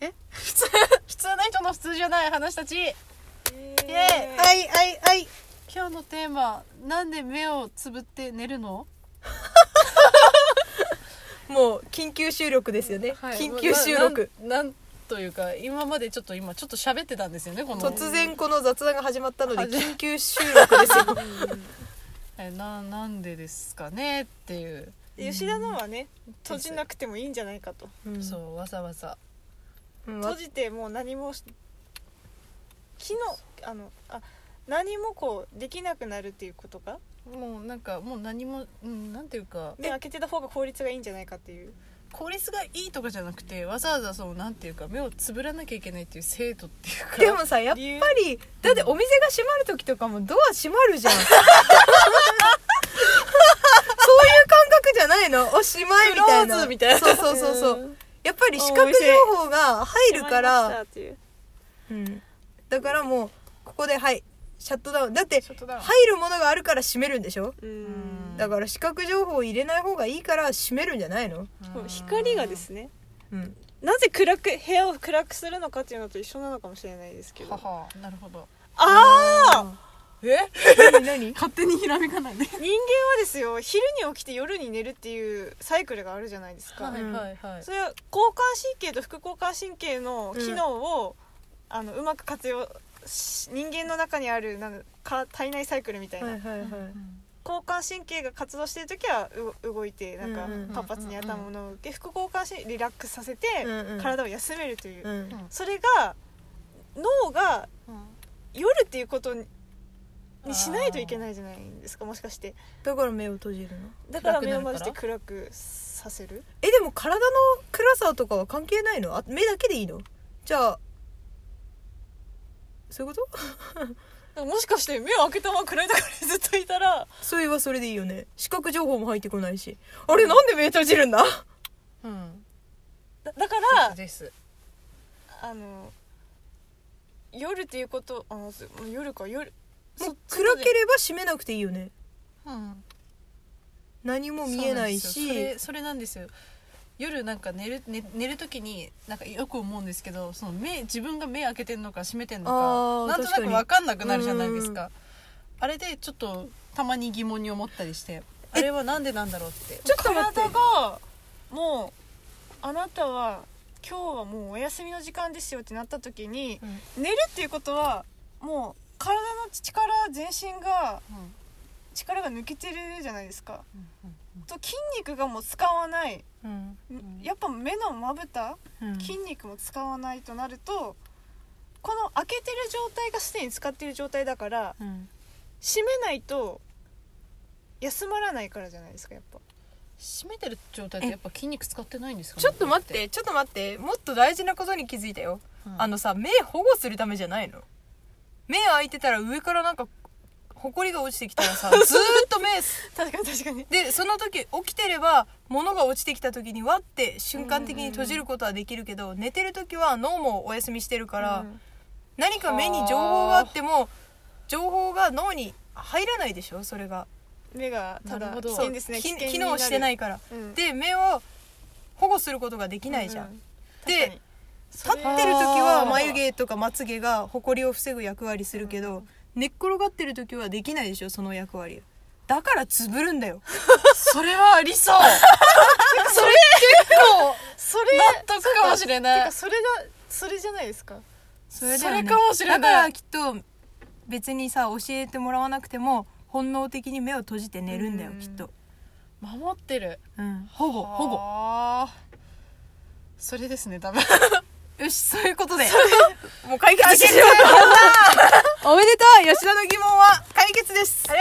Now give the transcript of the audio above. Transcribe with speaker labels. Speaker 1: え普通普通の人の普通じゃない話たちイエーイ
Speaker 2: はい
Speaker 1: いはいはい今日のテーマなんで目をつぶって寝るの
Speaker 2: もう緊急収録ですよね、緊急収録
Speaker 1: ななんなんというか今までちょっと今ちょっと喋ってたんですよねこの
Speaker 2: 突然この雑談が始まったので
Speaker 1: はじ
Speaker 2: 緊急収録ですよ
Speaker 1: えななんでですかねっていう、
Speaker 3: 吉田のはね閉じなくてもいいんじゃないかと
Speaker 2: うん
Speaker 1: そうわざわざ
Speaker 2: うんわ
Speaker 3: 閉じてもう何もし昨日あのあ何もこうできなくなるっていうことか
Speaker 1: もうなんかもう何も、うん、なんていうか
Speaker 3: 目開けてた方が効率がいいんじゃないかっていう
Speaker 1: 効率がいいとかじゃなくてわざわざそのなんていうか目をつぶらなきゃいけないっていう生徒っていうか
Speaker 2: でもさやっぱ
Speaker 3: 理由
Speaker 2: りだってお店が閉まる時とかもドア閉まるじゃんそういう感覚じゃないのおしまいみたいな
Speaker 1: クローズみたいな
Speaker 2: そうそうそうそうやっぱり視
Speaker 3: お
Speaker 2: 覚
Speaker 3: 店
Speaker 2: 情報が入る
Speaker 3: 閉ま
Speaker 2: か
Speaker 3: りました
Speaker 2: ら、
Speaker 3: っていう
Speaker 2: うん、だからもうここではいシャットダウンだって
Speaker 3: ショットダウン
Speaker 2: 入るものがあるから閉めるんでしょ
Speaker 3: うん
Speaker 2: だから視覚情報を入れない方がいいから閉めるんじゃないの
Speaker 3: もう光がですね
Speaker 2: うん
Speaker 3: なぜ暗く部屋を暗くするのかっていうのと一緒なのかもしれないですけど
Speaker 1: は
Speaker 3: あ
Speaker 1: はなるほど
Speaker 3: あ
Speaker 1: え
Speaker 2: 何何
Speaker 1: 勝手にひらめかないね
Speaker 3: ー人間はですよ昼に起きて夜に寝るっていうサイクルがあるじゃないですか、
Speaker 1: はいはいはい
Speaker 3: それは交感神経と副交感神経の機能を、うあのうまく活用し人間の中にあるなんか体内サイクルみたいな、
Speaker 2: はいはいはい
Speaker 3: 交感神経が活動してる時はう動いてなんか
Speaker 2: うんうんうん
Speaker 3: 活発に頭を動いて副交感神経リラックスさせて
Speaker 2: うんうん
Speaker 3: 体を休めるという、
Speaker 2: うん
Speaker 3: それが脳が夜っていうことににしないといけないじゃないですかもしかして
Speaker 2: だから目を閉じるの
Speaker 3: だから
Speaker 1: 暗く
Speaker 3: 目
Speaker 1: な
Speaker 3: を
Speaker 1: るか
Speaker 3: ま
Speaker 1: ら
Speaker 3: ぶして暗くさせる
Speaker 2: えでも体の暗さとかは関係ないのあ目だけでいいのじゃあそういうこと
Speaker 3: だからもしかして目を開けたまま暗いところにずっといたら
Speaker 2: そういえばそれでいいよね視覚情報も入ってこないしあれなんで目閉じるんだ
Speaker 1: うん
Speaker 3: だだから
Speaker 1: です
Speaker 3: あの夜っていうことあのす夜か夜
Speaker 2: も
Speaker 3: そう
Speaker 2: 暗ければ閉めなくていいよね
Speaker 1: うん
Speaker 2: 何も見えない
Speaker 1: そうんですよそ
Speaker 2: し
Speaker 1: れそれなんですよ夜なんか寝る寝寝る時になんかよく思うんですけどその目自分が目開けてんのか閉めてん
Speaker 2: あ
Speaker 1: の
Speaker 2: ー
Speaker 1: かなんとな
Speaker 2: 確か
Speaker 1: く
Speaker 2: に
Speaker 1: 分かんなくなるじゃないですかあれでちょっとたまに疑問に思ったりしてあれはなんでなんだろうって
Speaker 2: ちょっと待って
Speaker 3: 体がもうあなたは今日はもうお休みの時間ですよってなった時に、寝るっていうことはもう体の力全身が
Speaker 1: うんうん
Speaker 3: 力が抜けてるじゃないですか
Speaker 1: うん
Speaker 3: と筋肉がもう使わない
Speaker 2: うん
Speaker 1: ん
Speaker 3: やっぱ目のまぶた
Speaker 2: うん
Speaker 3: 筋肉も使わないとなるとこの開けてる状態がすでに使ってる状態だから
Speaker 2: うん
Speaker 3: 閉めないと休まらないからじゃないですかやっぱ
Speaker 1: 閉めてる状態ってやっぱ筋肉使ってないんですかね
Speaker 2: ちょっと待ってちょっと待ってもっと大事なことに気づいたよ
Speaker 1: うん
Speaker 2: あのさ目保護するためじゃないの目開いてたら上からなんかほこりが落ちてきたらさずーっと目す
Speaker 3: 確かに確かに
Speaker 2: でその時起きてれば物が落ちてきた時にわって瞬間的に閉じることはできるけど寝てる時は脳もお休みしてるから、
Speaker 3: うん
Speaker 2: 何か目に情報があっても情報が脳に入らないでしょそれが
Speaker 3: 目がた
Speaker 1: なる
Speaker 3: だ
Speaker 1: ほ
Speaker 3: 危
Speaker 1: ど
Speaker 3: 険ですね
Speaker 2: き
Speaker 3: 危険、
Speaker 2: 機能してないいから
Speaker 3: うん、
Speaker 2: で目を保護することができないじゃ
Speaker 3: う
Speaker 2: ん、
Speaker 3: う
Speaker 2: で
Speaker 3: 確かに
Speaker 2: 立ってる時は眉毛とかまつげがほこりを防ぐ役割するけど寝っ転がってる時はできないでしょその役割だからつぶるんだよ
Speaker 1: それ はありそうそれ結構
Speaker 3: それ
Speaker 1: 納得かもしれ
Speaker 3: て
Speaker 1: な
Speaker 3: か
Speaker 1: い
Speaker 3: それだそれじゃないですか
Speaker 2: そ
Speaker 1: れだ
Speaker 2: だ
Speaker 1: よ
Speaker 2: よ
Speaker 1: ね
Speaker 2: ねだからきっと別にさ教えてもらわなくても本能的に目を閉じて寝るんだよ
Speaker 3: うん
Speaker 2: きっと、
Speaker 1: 守ってる
Speaker 2: うん、保護保護
Speaker 1: 護それですね多分
Speaker 2: よしそういうことで もう解決してしまったおめでとう吉田の疑問は解決ですあり